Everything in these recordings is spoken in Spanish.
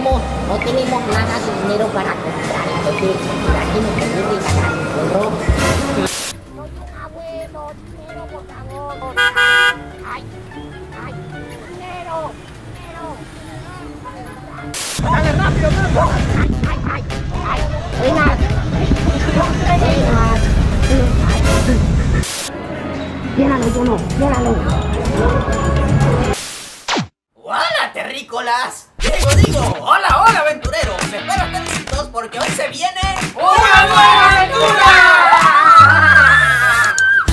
no tenemos nada de dinero para comprar, entonces imagínate, yo le ganar un robo. Soy un abuelo, dinero por favor. Ay, ay, dinero, dinero. Dale rápido, loco. Ay, ay, ay, ay. Buenas, buenas. Llénalo, yo no, llénalo. ¡Hola, terrícolas! Digo, digo, hola, hola, aventureros. Espero estén listos porque hoy se viene una nueva aventura.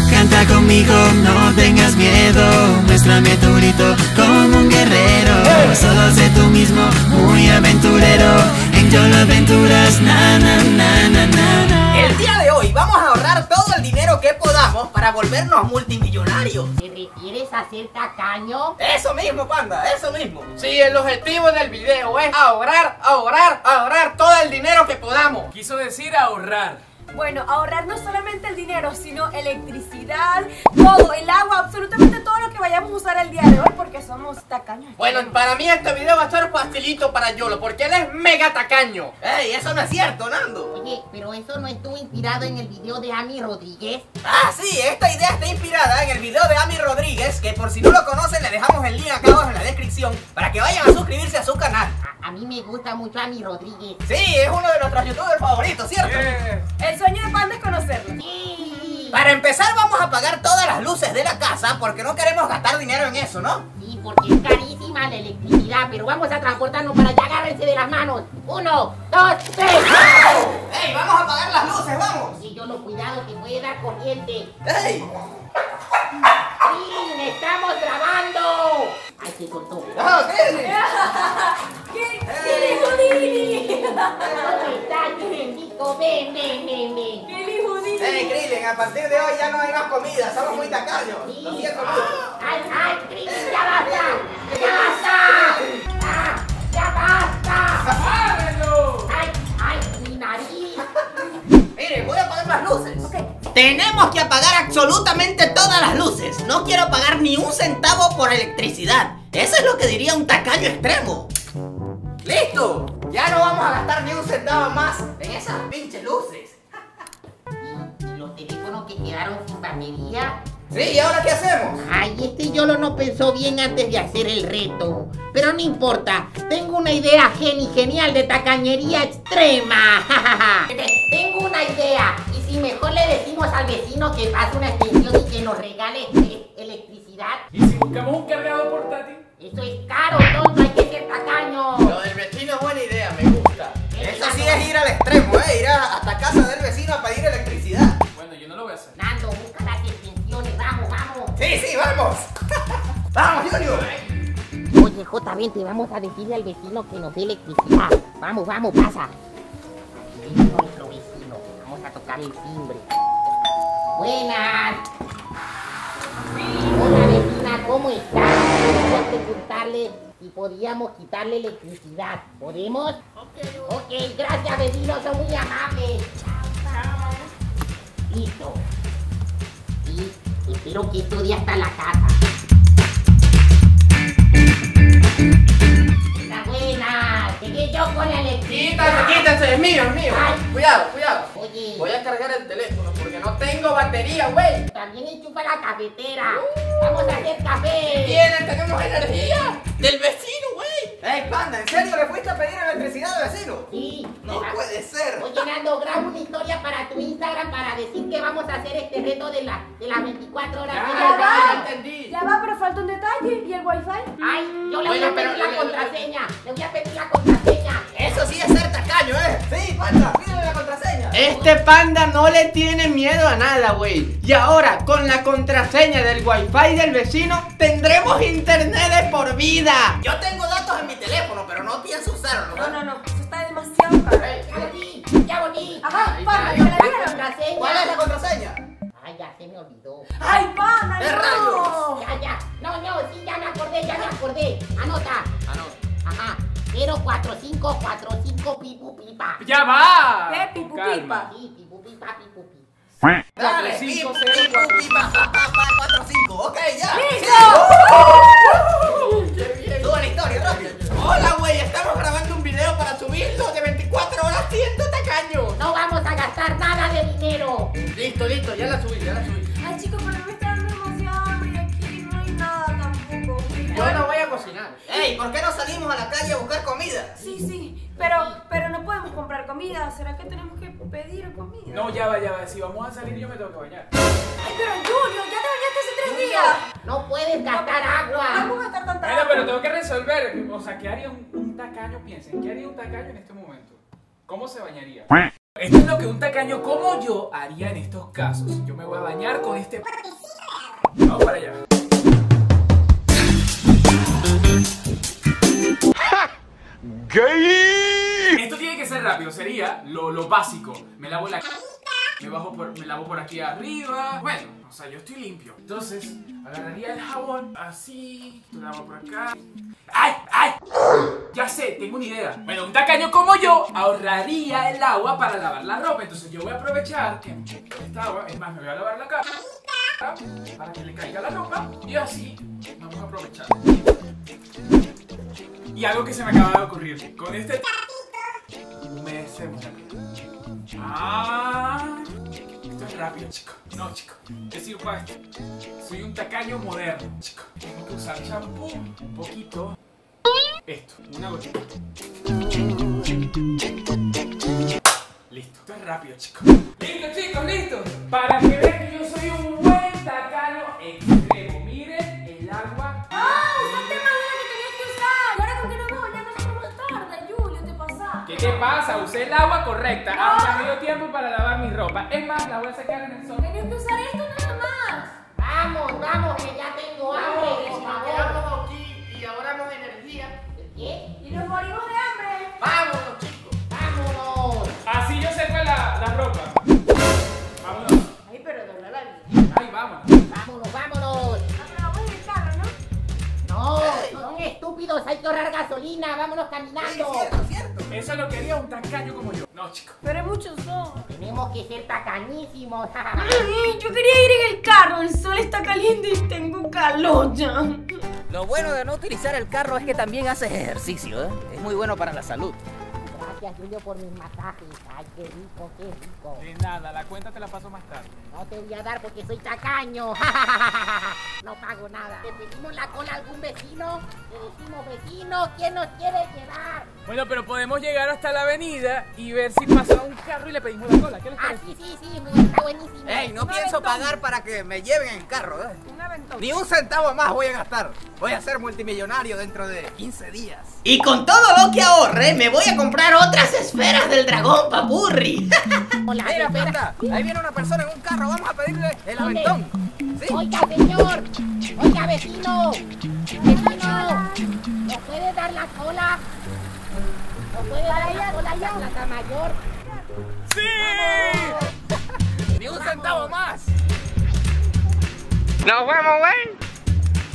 Canta conmigo, no tengas miedo. Muéstrame tu grito como un guerrero. Solo sé tú mismo, muy aventurero. En Yolo Aventuras, na na na na na. na. El día de hoy vamos a ahorrar todo el dinero que podamos para volvernos multimillonarios. ¿Te refieres a ser tacaño? Eso mismo, panda, eso mismo. Sí, el objetivo del video es ahorrar, ahorrar, ahorrar todo el dinero que podamos. Quiso decir ahorrar. Bueno, ahorrar no solamente el dinero, sino electricidad, todo, el agua, absolutamente todo lo que vayamos a usar el día de hoy porque somos tacaños. Bueno, para mí este video va a ser pastelito para Yolo, porque él es mega tacaño. ¡Ey, eso no es cierto, Nando! Oye, pero eso no estuvo inspirado en el video de Ami Rodríguez. Ah, sí, esta idea está inspirada en el video de Ami Rodríguez, que por si no lo conocen le dejamos el link acá abajo en la descripción para que vayan a suscribirse a su canal. A, a mí me gusta mucho Ami Rodríguez. Sí, es uno de nuestros youtubers favoritos, ¿cierto? El sueño de Panda es conocerlo. Sí, Para empezar vamos a apagar todas las luces de la casa porque no queremos gastar dinero en eso, ¿no? sí, porque es carísima la electricidad, pero vamos a transportarnos para allá, agárrense de las manos. Uno, dos, tres. ¡Ey, vamos a apagar las luces, vamos! Y yo lo cuidado que puede dar corriente. ¡Ey! ¡Sí! ¡Estamos grabando! Ay, se cortó. ¡No, Disney! ¿Qué? ¿Qué dijo Dini? ¿Dónde estás, bendito? Ven, ven, ven, ven. ¿Qué dijo ¡Ey, Dini? Krillin, a partir de hoy ya no hay más comida, somos muy tacaños! Sí. ¡Lo siento mucho! ¡Ay, ay, Cris, ya basta! ¡Ya basta! ¡Ah, ¡Ya basta! ¡Ábrelo! ¡Ay, ay, mi nariz! Miren, voy a apagar las luces. Tenemos que apagar absolutamente todas las luces. No quiero pagar ni un centavo por electricidad. Eso es lo que diría un tacaño extremo. ¡Listo! Ya no vamos a gastar ni un centavo más en esas pinches luces. ¿Y los teléfonos que quedaron sin batería? Sí, ¿y ahora qué hacemos? Ay, este Yolo no pensó bien antes de hacer el reto. Pero no importa, tengo una idea geni genial de tacañería extrema. tengo una idea. Y si mejor le decimos al vecino que pase una extensión y que nos regale eh, electricidad. ¿Y si buscamos un cargador portátil? Eso es caro, tonto, hay que ser tacaño. del vecino es buena idea, me gusta. Eso sí es ir al extremo, ¿eh? Ir a- hasta casa del vecino a pedir electricidad. Bueno, yo no lo voy a hacer. Nando, busca las extensiones, vamos, vamos. Sí, sí, vamos. vamos, Junior. Oye, J, vente, vamos a decirle al vecino que nos dé electricidad. Vamos, vamos, pasa. Es nuestro vecino. Vamos a tocar el timbre. Buenas. Hola, vecina, ¿cómo está? Quería preguntarle si podíamos quitarle electricidad. ¿Podemos? Ok, gracias, vecino, son muy amables. Listo. Y espero que esto día hasta la casa. La buena, llegué yo con la electricidad. Quítense, quítense, es mío, es mío. Ay. Cuidado, cuidado. Oye, Voy a cargar el teléfono porque no tengo batería, güey. también enchufa la cafetera. Vamos a hacer café. Vienen, tenemos energía del vecino, güey. ¡Ey, panda! ¿En serio le fuiste a pedir electricidad al vecino? Sí. No Ah, puede ser. Oye, Nando, graba una historia para tu Instagram para decir que vamos a hacer este reto de, la, de las 24 horas. Ya, de ya va. la- entendí. Ya va, pero falta un detalle. ¿Y el wifi? Ay, yo le voy Bueno, a pedir pero- la le- le- contraseña. Le voy a pedir la contraseña. Eso sí es ser tacaño, ¿eh? Sí, panda, pídele la contraseña. Este panda no le tiene miedo a nada, güey. Y ahora, con la contraseña del wifi del vecino, tendremos internet de por vida. Yo tengo datos en mi teléfono, pero no pienso usarlo. No, no, no. Eso está demasiado caro. Ya volví, ya volví. Ajá, Panda, ¿me La la ¿Cuál dieron? es la contraseña. contraseña? Ay, ya se me olvidó. ¡Ay, Panda, ¡Qué no! rayos! Ya, ya. No, no, sí, ya me acordé, ya me acordé. Anota. Ah, no. Ajá. 04545 pipu pipa. ¡Ya va! ¡Qué pipu pipa! Sí, pipu pipa, pipu pipa. Dale, Cuatro, pip, cinco, pip, cero, pip, cuatro. pip, pa, pa, pa, pa, cuatro, cinco. Ok, ya. ¡Listo! Tú a la historia, rápido. Hola, güey, estamos grabando un video para su no. Listo, listo, ya la subí, ya la subí. Ay, chicos, pero me está dando demasiado hambre y aquí no hay nada tampoco. Yo no voy a cocinar. ¡Ey! ¿Por qué no salimos a la calle a buscar comida? Sí, sí, pero, pero no podemos comprar comida. ¿Será que tenemos que pedir comida? No, ya va, ya va. Si vamos a salir, yo me tengo que bañar. Ay, pero Julio, ya te bañaste hace tres días. No puedes gastar agua. Vamos a gastar tanta Bueno, agua. pero tengo que resolver. O sea, ¿qué haría un, un tacaño? Piensen, ¿qué haría un tacaño en este momento? ¿Cómo se bañaría? Esto es lo que un tacaño como yo haría en estos casos. Yo me voy a bañar con este. Vamos para allá. Esto tiene que ser rápido, sería lo, lo básico. Me lavo la me bajo por, me lavo por aquí arriba. Bueno, o sea, yo estoy limpio. Entonces, agarraría el jabón así, lo lavo por acá. ¡Ay! ¡Ay! Ya sé, tengo una idea. Bueno, un tacaño como yo ahorraría el agua para lavar la ropa. Entonces yo voy a aprovechar que esta agua, es más, me voy a lavar la cara para que le caiga la ropa y así vamos a aprovechar. Y algo que se me acaba de ocurrir, con este humedecemos la piel. Ah, esto es rápido, chico. No, chico. Yo soy un maestro. Soy un tacaño moderno, chico. Tengo que usar champú, un poquito. Esto, una gotita. Listo. Esto es rápido, chicos. Listo, chicos, listo. Para que vean que yo soy un buen tacaño extremo. Miren el agua. ¡Ah! ¡Usaste más de lo que tenías que usar! Y ahora con que nos vamos ya nosotros más tarde, Julio, te pasaste. ¿Qué te pasa? Usé el agua correcta. Ahora me dio tiempo para lavar mi ropa. Es más, la voy a sacar en el sol. Tenías que usar esto nada más. Vamos, vamos, que ya tengo hambre, por favor. Quedamos aquí y ahorramos energía. ¿Qué? Y nos morimos de hambre. Vámonos, chicos. Vámonos. Así yo seco la, la ropa. Vámonos. Ay, pero dobla la vida. Ay, vámonos. Vámonos, vámonos. Ah, pero vamos en el carro, ¿no? No, son estúpidos, hay que ahorrar gasolina. Vámonos caminando. cierto. Eso es lo que haría un tacaño como yo. No, chico. Pero hay mucho sol. Tenemos que ser tacañísimos. Ay, yo quería ir en el carro. El sol está caliente y tengo calor ya. Lo bueno de no utilizar el carro es que también haces ejercicio, ¿eh? Es muy bueno para la salud. Gracias, Julio, por mis masajes. Ay, qué rico, qué rico. De nada, la cuenta te la paso más tarde. No te voy a dar porque soy tacaño. No pago nada. Le pedimos la cola a algún vecino. Le decimos, vecino, ¿quién nos quiere llevar? Bueno, pero podemos llegar hasta la avenida y ver si pasa un carro y le pedimos la cola. ¿Qué les Ah, parece? sí, sí, sí, me está buenísimo. Ey, no pienso pagar para que me lleven en el carro, ¿eh? Un aventón. Ni un centavo más voy a gastar. Voy a ser multimillonario dentro de 15 días. Y con todo lo que ahorre, me voy a comprar otras esferas del dragón papurri. Hola, Mira, espera. Panda, ahí viene una persona en un carro. Vamos a pedirle el ¿Dónde? aventón. Sí. Oiga, señor. Oiga, vecino. Vecino. ¿Nos puede dar la cola? ¿Nos puede dar la cola allá a Plaza Mayor? ¡Sí! Ni un centavo más.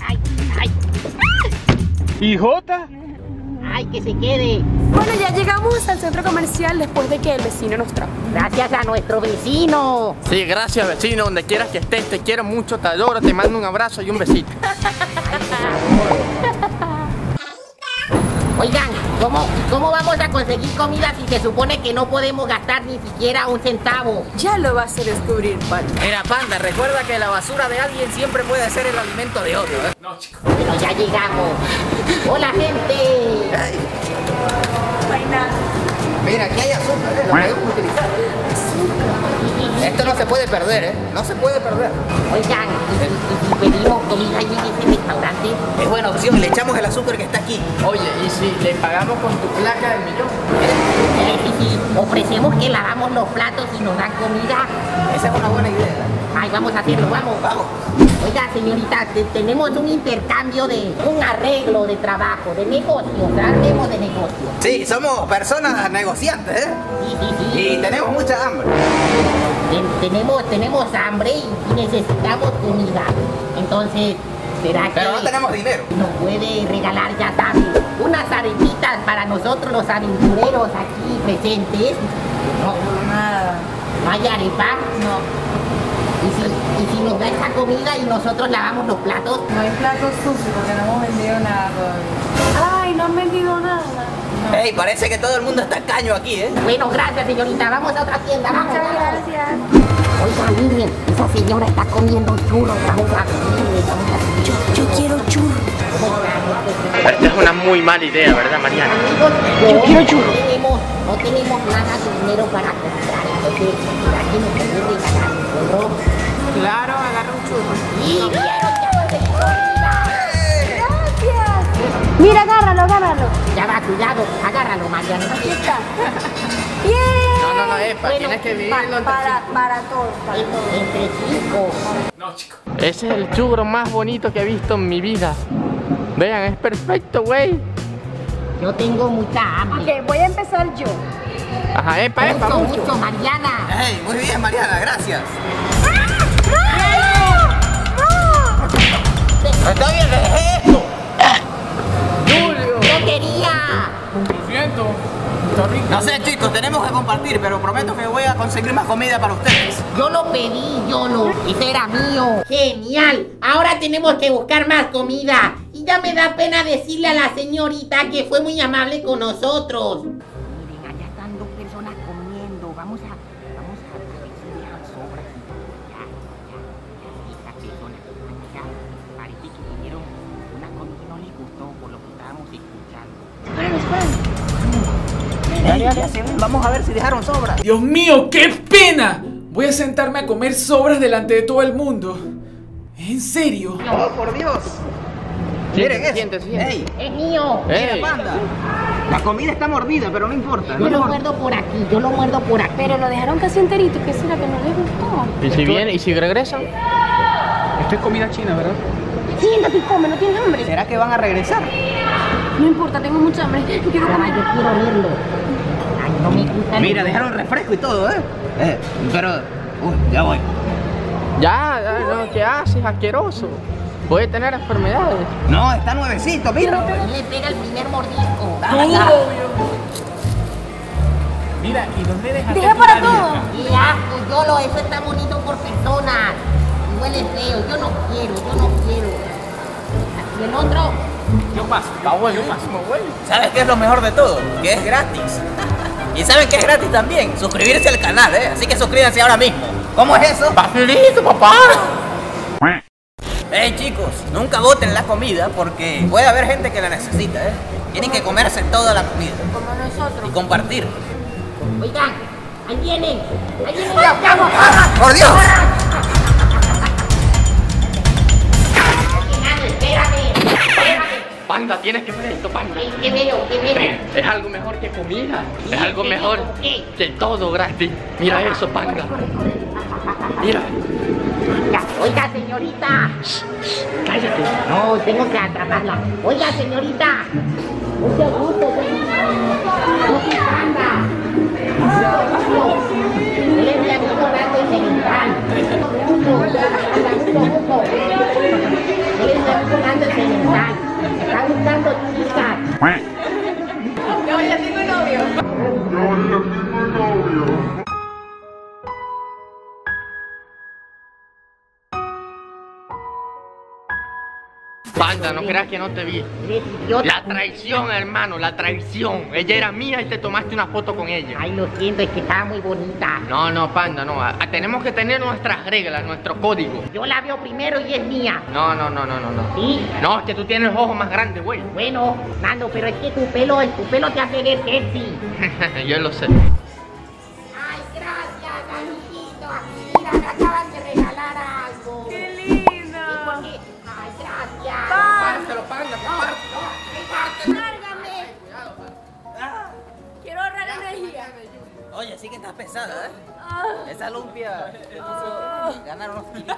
Ay, ay, ¿Y Jota? ay, que se quede. Bueno, ya llegamos al centro comercial después de que el vecino nos trajo. Gracias a nuestro vecino. Sí, gracias, vecino. Donde quieras que estés, te quiero mucho, te adoro, te mando un abrazo y un besito. Oigan, ¿cómo, ¿cómo vamos a conseguir comida si se supone que no podemos gastar ni siquiera un centavo? Ya lo vas a descubrir, Pablo. Mira, Panda, recuerda que la basura de alguien siempre puede ser el alimento de otro, ¿eh? No, chico. Pero ya llegamos. Hola, gente. Mira, aquí hay azúcar, ¿eh? Lo podemos utilizar. ¿eh? Esto no se puede perder, ¿eh? No se puede perder. Oigan, ¿y si- y si pedimos comida allí en ese restaurante? Es buena opción, le echamos el azúcar que está aquí. Oye, ¿y si le pagamos con tu placa del millón? Eh, ¿Y si ofrecemos que lavamos los platos y nos dan comida? Esa es una buena idea. Ay, vamos a hacerlo, vamos. Vamos. Oiga, señorita, te- tenemos un intercambio de un arreglo de trabajo, de negocio, hablemos de negocio. Sí, somos personas negociantes, ¿eh? Sí, sí, sí. Y tenemos mucha hambre. Ten- tenemos, tenemos hambre y necesitamos comida. Entonces, ¿será Pero no que tenemos dinero. nos puede regalar, ya sabes, unas arepitas para nosotros los aventureros aquí presentes? No, Nada. no hay arepa. No. ¿Y si, y si nos da esa comida y nosotros lavamos los platos? No hay plato sucio porque no hemos vendido nada todavía. Ay, no han vendido nada. Ey, parece que todo el mundo está caño aquí, ¿eh? Bueno, gracias, señorita. Vamos a otra tienda, vamos. Muchas vamos. gracias. Oiga, miren, esa señora está comiendo un churro. Yo, yo quiero churro. Esta es una muy mala idea, ¿verdad, Mariana? Yo quiero churro. No tenemos nada de dinero para comprar, entonces por aquí nos puede regalar un churro. Claro, agarra un churro. Y quiero churro de comida. ¡Gracias! Mira, agárralo, agárralo. Ya va, cuidado, agárralo, Mariana. Aquí está. ¡Bien! No, no, no, Epa, Bueno, tienes que pa- vivirlo entre para, para todo, para todo. Entre cinco. No, chico. Ese es el churro más bonito que he visto en mi vida. Vean, es perfecto, güey. Yo tengo mucha hambre. Ok, voy a empezar yo. Ajá, epa, epa. Mucho, mucho, Mariana. Ey, muy bien, Mariana, gracias. Está bien, ¿qué es esto? Yo quería. Lo siento. Está rico. No sé, chicos, tenemos que compartir, pero prometo que voy a conseguir más comida para ustedes. Yo lo pedí, yo lo. Ese era mío. Genial. Ahora tenemos que buscar más comida. Y ya me da pena decirle a la señorita que fue muy amable con nosotros. Miren, allá están dos personas comiendo. Vamos a. Vamos a, a ver si dejan sobras. Ya, ya, ya. Estas personas que están acá parece que comieron una comida que no les gustó por lo que estábamos escuchando. Vamos a ver si dejaron sobra. Dios mío, qué pena. Voy a sentarme a comer sobras delante de todo el mundo. ¿En serio? ¡Oh, por Dios! Miren Siéntese, siéntese, eso. siéntese. ¡Ey! ¡Es mío! Ey, ¡Panda! La comida está mordida, pero no importa. Yo no lo importa. muerdo por aquí, yo lo muerdo por aquí. Pero lo dejaron casi enterito, ¿qué será que no les gustó? ¿Y si viene? ¿Y si regresan? Esto es comida china, ¿verdad? Siéntate y come, ¿no tienes hambre? ¿Será que van a regresar? No importa, tengo mucha hambre, quiero Ah, comer. yo quiero verlo. Ay, no me gusta. Mira, dejaron refresco y todo, ¿eh? Eh, pero... Uy, ya voy. Ya, ya, no, ¿qué haces, asqueroso? Voy a tener enfermedades. No, está nuevecito, mira. Y le pega el primer mordisco. Mira, ¿y dónde dejaste Deja tu para tarjeta? todo. Y asco, Yolo, pues, eso está bonito por personas. Y huele feo, yo no quiero, yo no quiero. Y el otro, Yo paso. ¿Sabes qué es lo mejor de todo? Que es gratis. ¿Y saben qué es gratis también? Suscribirse al canal, ¿eh? Así que suscríbanse ahora mismo. ¿Cómo es eso? ¡Facilito, papá! Hey chicos, nunca boten la comida porque puede haber gente que la necesita, ¿eh? Tienen que comerse toda la comida como y nosotros. compartir. Oigan, ahí vienen, ahí vienen los vamos. ¡Por Dios! Espérame, espérame. Panda, tienes que ver esto, panda. ¿Qué- ¿Qué veo? ¿Qué veo? Es algo mejor que comida. Sí, Es algo sí, mejor sí. que todo gratis. Mira eso, panda. Mira, Ya, Oiga, señorita. cállate. No, tengo que atraparla. Oiga, señorita. Mucho gusto, señorita. No se anda. Yo le estoy aquí orando en el Mucho, anda, mucho, mucho. Yo le estoy aquí orando en el Está buscando chicas. Panda, no creas que no te vi. Eres idiota. La traición, hermano, la traición. Ella era mía y te tomaste una foto con ella. Ay, lo siento, es que estaba muy bonita. No, no, panda, no. A- a- tenemos que tener nuestras reglas, nuestro código. Yo la veo primero y es mía. No, no, no, no, no, no. Sí. No, es que tú tienes los ojos más grandes, güey. Bueno, Nando, pero es que tu pelo, tu pelo te hace ver sexy. Yo lo sé. Ay, gracias, amiguito. Mira, me acaban de regalar algo. ¡Qué ¿Y por linda! qué? Ay, gracias. Pásalo, panda, no, no, cárgame. Quiero ahorrar energía. Oye, sí que estás pesada, ¿eh? Ah, Esa lumpia te ah. puso- ganaron unos kilos.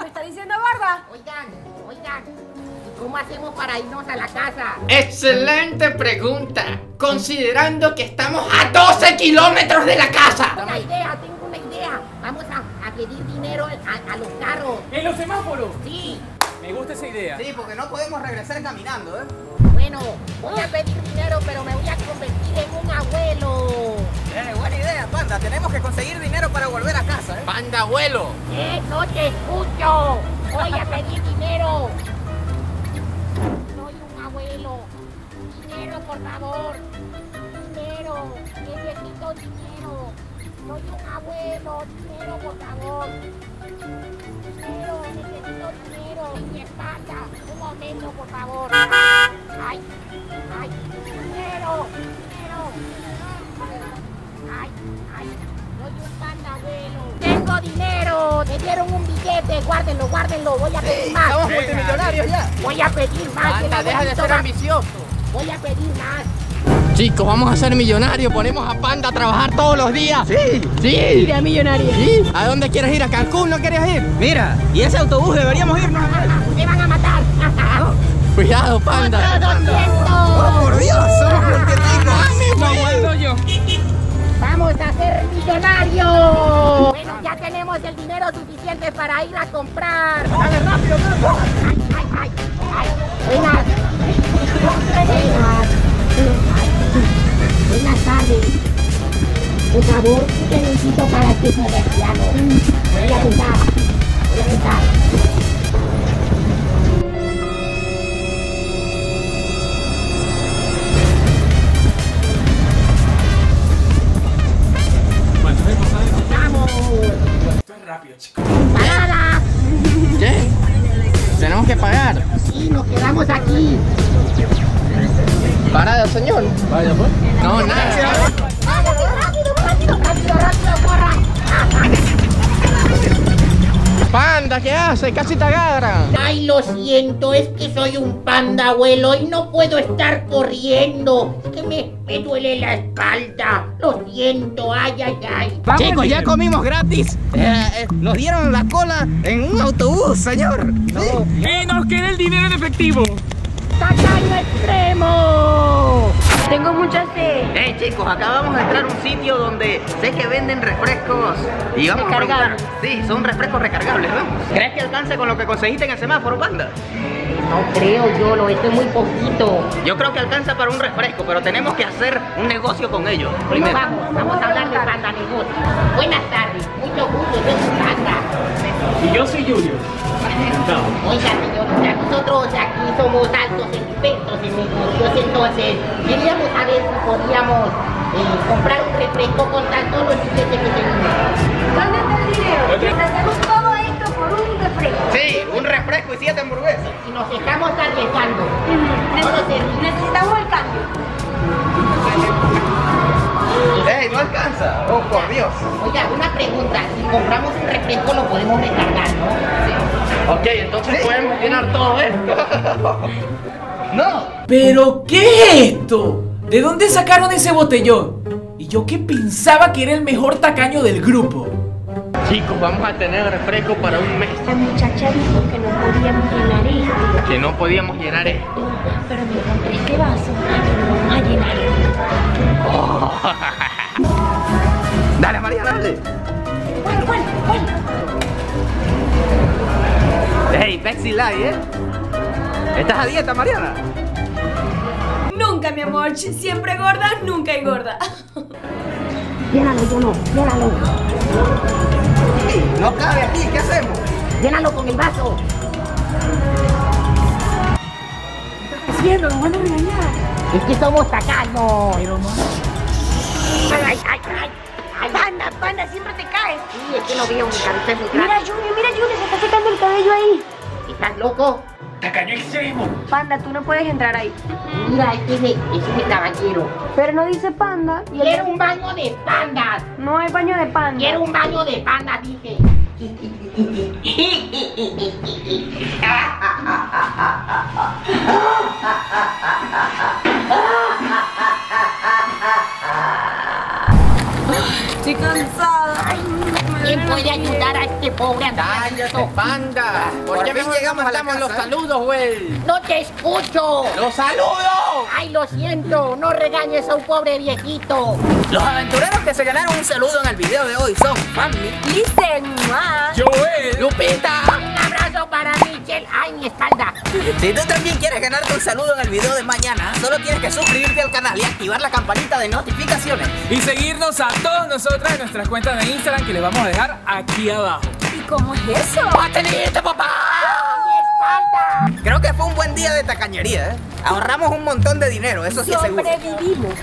¿Me está diciendo barba? Oigan, oigan. ¿Y cómo hacemos para irnos a la casa? Excelente pregunta, considerando que estamos a 12 kilómetros de la casa. Una idea, tengo una idea. Vamos a, a pedir dinero a, a los carros. ¡En los semáforos! Sí. Me gusta esa idea. Sí, porque no podemos regresar caminando, ¿eh? Bueno, voy a pedir dinero, pero me voy a convertir en un abuelo. Eh, buena idea, panda. Tenemos que conseguir dinero para volver a casa, ¿eh? Panda, abuelo. ¡Eh, no te escucho! Voy a pedir dinero. Soy un abuelo. Dinero, por favor. Dinero. Necesito dinero. Soy un abuelo, dinero por favor. Dinero, necesito dinero. Mi espalda, un momento por favor. Ay, ay, dinero, dinero. Ay, ay, soy un panda abuelo. Tengo dinero, me dieron un billete, guárdenlo, guárdenlo, voy a pedir más. Estamos multimillonarios ya. Voy a pedir más. el Anda, deja de abuelito ser va- ambicioso. Voy a pedir más. Chicos, vamos a ser millonarios. Ponemos a Panda a trabajar todos los días. Sí. Sí. Mira, millonario. Sí. ¿A dónde quieres ir? ¿A Cancún no quieres ir? Mira, y ese autobús deberíamos irnos. Me van a matar. Cuidado, Panda. ¡Oh, por Dios! ¡Somos multirricos! No vuelvo yo. Vamos a ser millonarios. Bueno, ya tenemos el dinero suficiente para ir a comprar. Dale rápido, Ay, ay, ay, ay. Buenas. Buenas. Ay. Buenas tardes. Por favor, ¿qué necesito para este comerciano? Voy a apuntar. Voy a apuntar. Esto es rápido, chicos. ¡Parada! ¿Qué? Tenemos que pagar. Y nos quedamos aquí. Parada, señor. Vaya, pues. No, nada. ¡Rápido, rápido, rápido, rápido, rápido, corran! Panda, ¿qué hace? Casi te agarran. Ay, lo siento, es que soy un panda abuelo y no puedo estar corriendo. Es que me, me duele la espalda. Lo siento, ay, ay, ay. Chicos, ya comimos gratis. Eh, Nos dieron la cola en un autobús, señor. ¡Y nos queda el dinero en efectivo! ¡Tacaño extremo! Tengo mucha sed. Hey chicos, acá vamos a entrar a un sitio donde sé que venden refrescos y vamos Recargables. a preguntar. Sí, son refrescos recargables, vamos. ¿Crees que alcance con lo que conseguiste en el semáforo, panda? No creo yo, lo estoy muy poquito. Yo creo que alcanza para un refresco, pero tenemos que hacer un negocio con ellos. Bueno, Primero. vamos, vamos a hablar de panda negocio. Buenas tardes, mucho gusto, soy un panda. Y yo soy Julio. Oiga, señorita, nosotros aquí somos altos expertos en negocios, entonces queríamos saber si podíamos eh, comprar un refresco con tan solo el billete que tenemos. ¿Dónde está el dinero? Hacemos todo esto por un refresco. Sí, un refresco y siete hamburguesas. Y nos estamos arriesgando. Mm, Neces- Necesitamos el cambio. Ey, no alcanza. Oh, por Dios. Oiga, una pregunta, si compramos un refresco lo podemos recargar, ¿no? Ok, entonces podemos llenar todo esto. No. ¿Pero qué es esto? ¿De dónde sacaron ese botellón? Y yo que pensaba que era el mejor tacaño del grupo. Chicos, vamos a tener refresco para un mes. La muchacha dijo que no podíamos llenar esto, Que no podíamos llenar esto. pero me encontré este vaso y vamos a llenar. Dale, María, dale. Hey, Pepsi Light, ¿eh? ¿Estás a dieta, Mariana? Nunca, mi amor. Siempre gorda, nunca engorda. Llénalo, yo no, llénalo, No cabe aquí, ¿qué hacemos? llénalo con el vaso. Haciendo, nos van a regañar. Es que somos tacaños. Pero Ay, ay, ay. Ay, Panda, panda, siempre te caes. sí, es que no veo, mi cabeza es muy Mira, grande. Junior, mira, Junior, se está secando el cabello ahí. ¿Estás loco? ¡Tacaño extremo! Panda, tú no puedes entrar ahí. Mira, este es mi, este es mi caballero. Pero no dice panda. Y Quiero un baño de pandas. No hay baño de panda. Quiero un baño de pandas, dije. Estoy cansada. ¿Quién puede ayudar a este pobre anciano? Panda, ¿por, qué fin mejor no llegamos a la mandamos los casa, ¿eh? saludos, güey? ¡No te escucho! ¡Los saludos! ¡Ay, lo siento! ¡No regañes a un pobre viejito! Los aventureros que se ganaron un saludo en el video de hoy son Family. Listen, ma. ¡Joel! ¡Lupita! ¡Un abrazo para Michelle! ¡Ay, mi espalda! Si tú también quieres ganarte un saludo en el video de mañana, solo tienes que suscribirte al canal y activar la campanita de notificaciones. Y seguirnos a todos nosotras en nuestras cuentas de Instagram que les vamos a dejar aquí abajo. ¿Y cómo es eso? ¡Patelito, papá! ¡Mi espalda! Creo que fue un buen día de tacañería, ¿eh? Ahorramos un montón de dinero, eso sí es seguro. Sobrevivimos.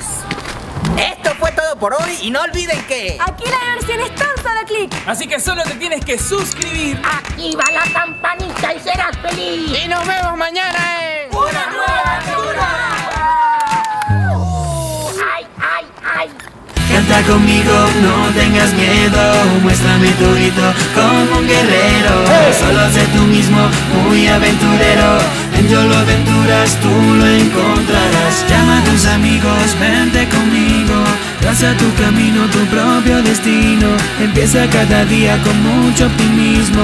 Esto fue todo todo por hoy y no olviden que... Aquí la diversión es tan solo clic. Así que solo te tienes que suscribir. Activa la campanita y serás feliz. Y nos vemos mañana en... ¡Una nueva ¡Ay, ay, ay! Canta conmigo, no tengas miedo, muéstrame tu grito como un guerrero. Solo sé tú mismo, muy aventurero. En yo lo aventuras, tú lo encontrarás. Llama a tus amigos, vente conmigo. Traza tu camino, tu propio destino. Empieza cada día con mucho optimismo.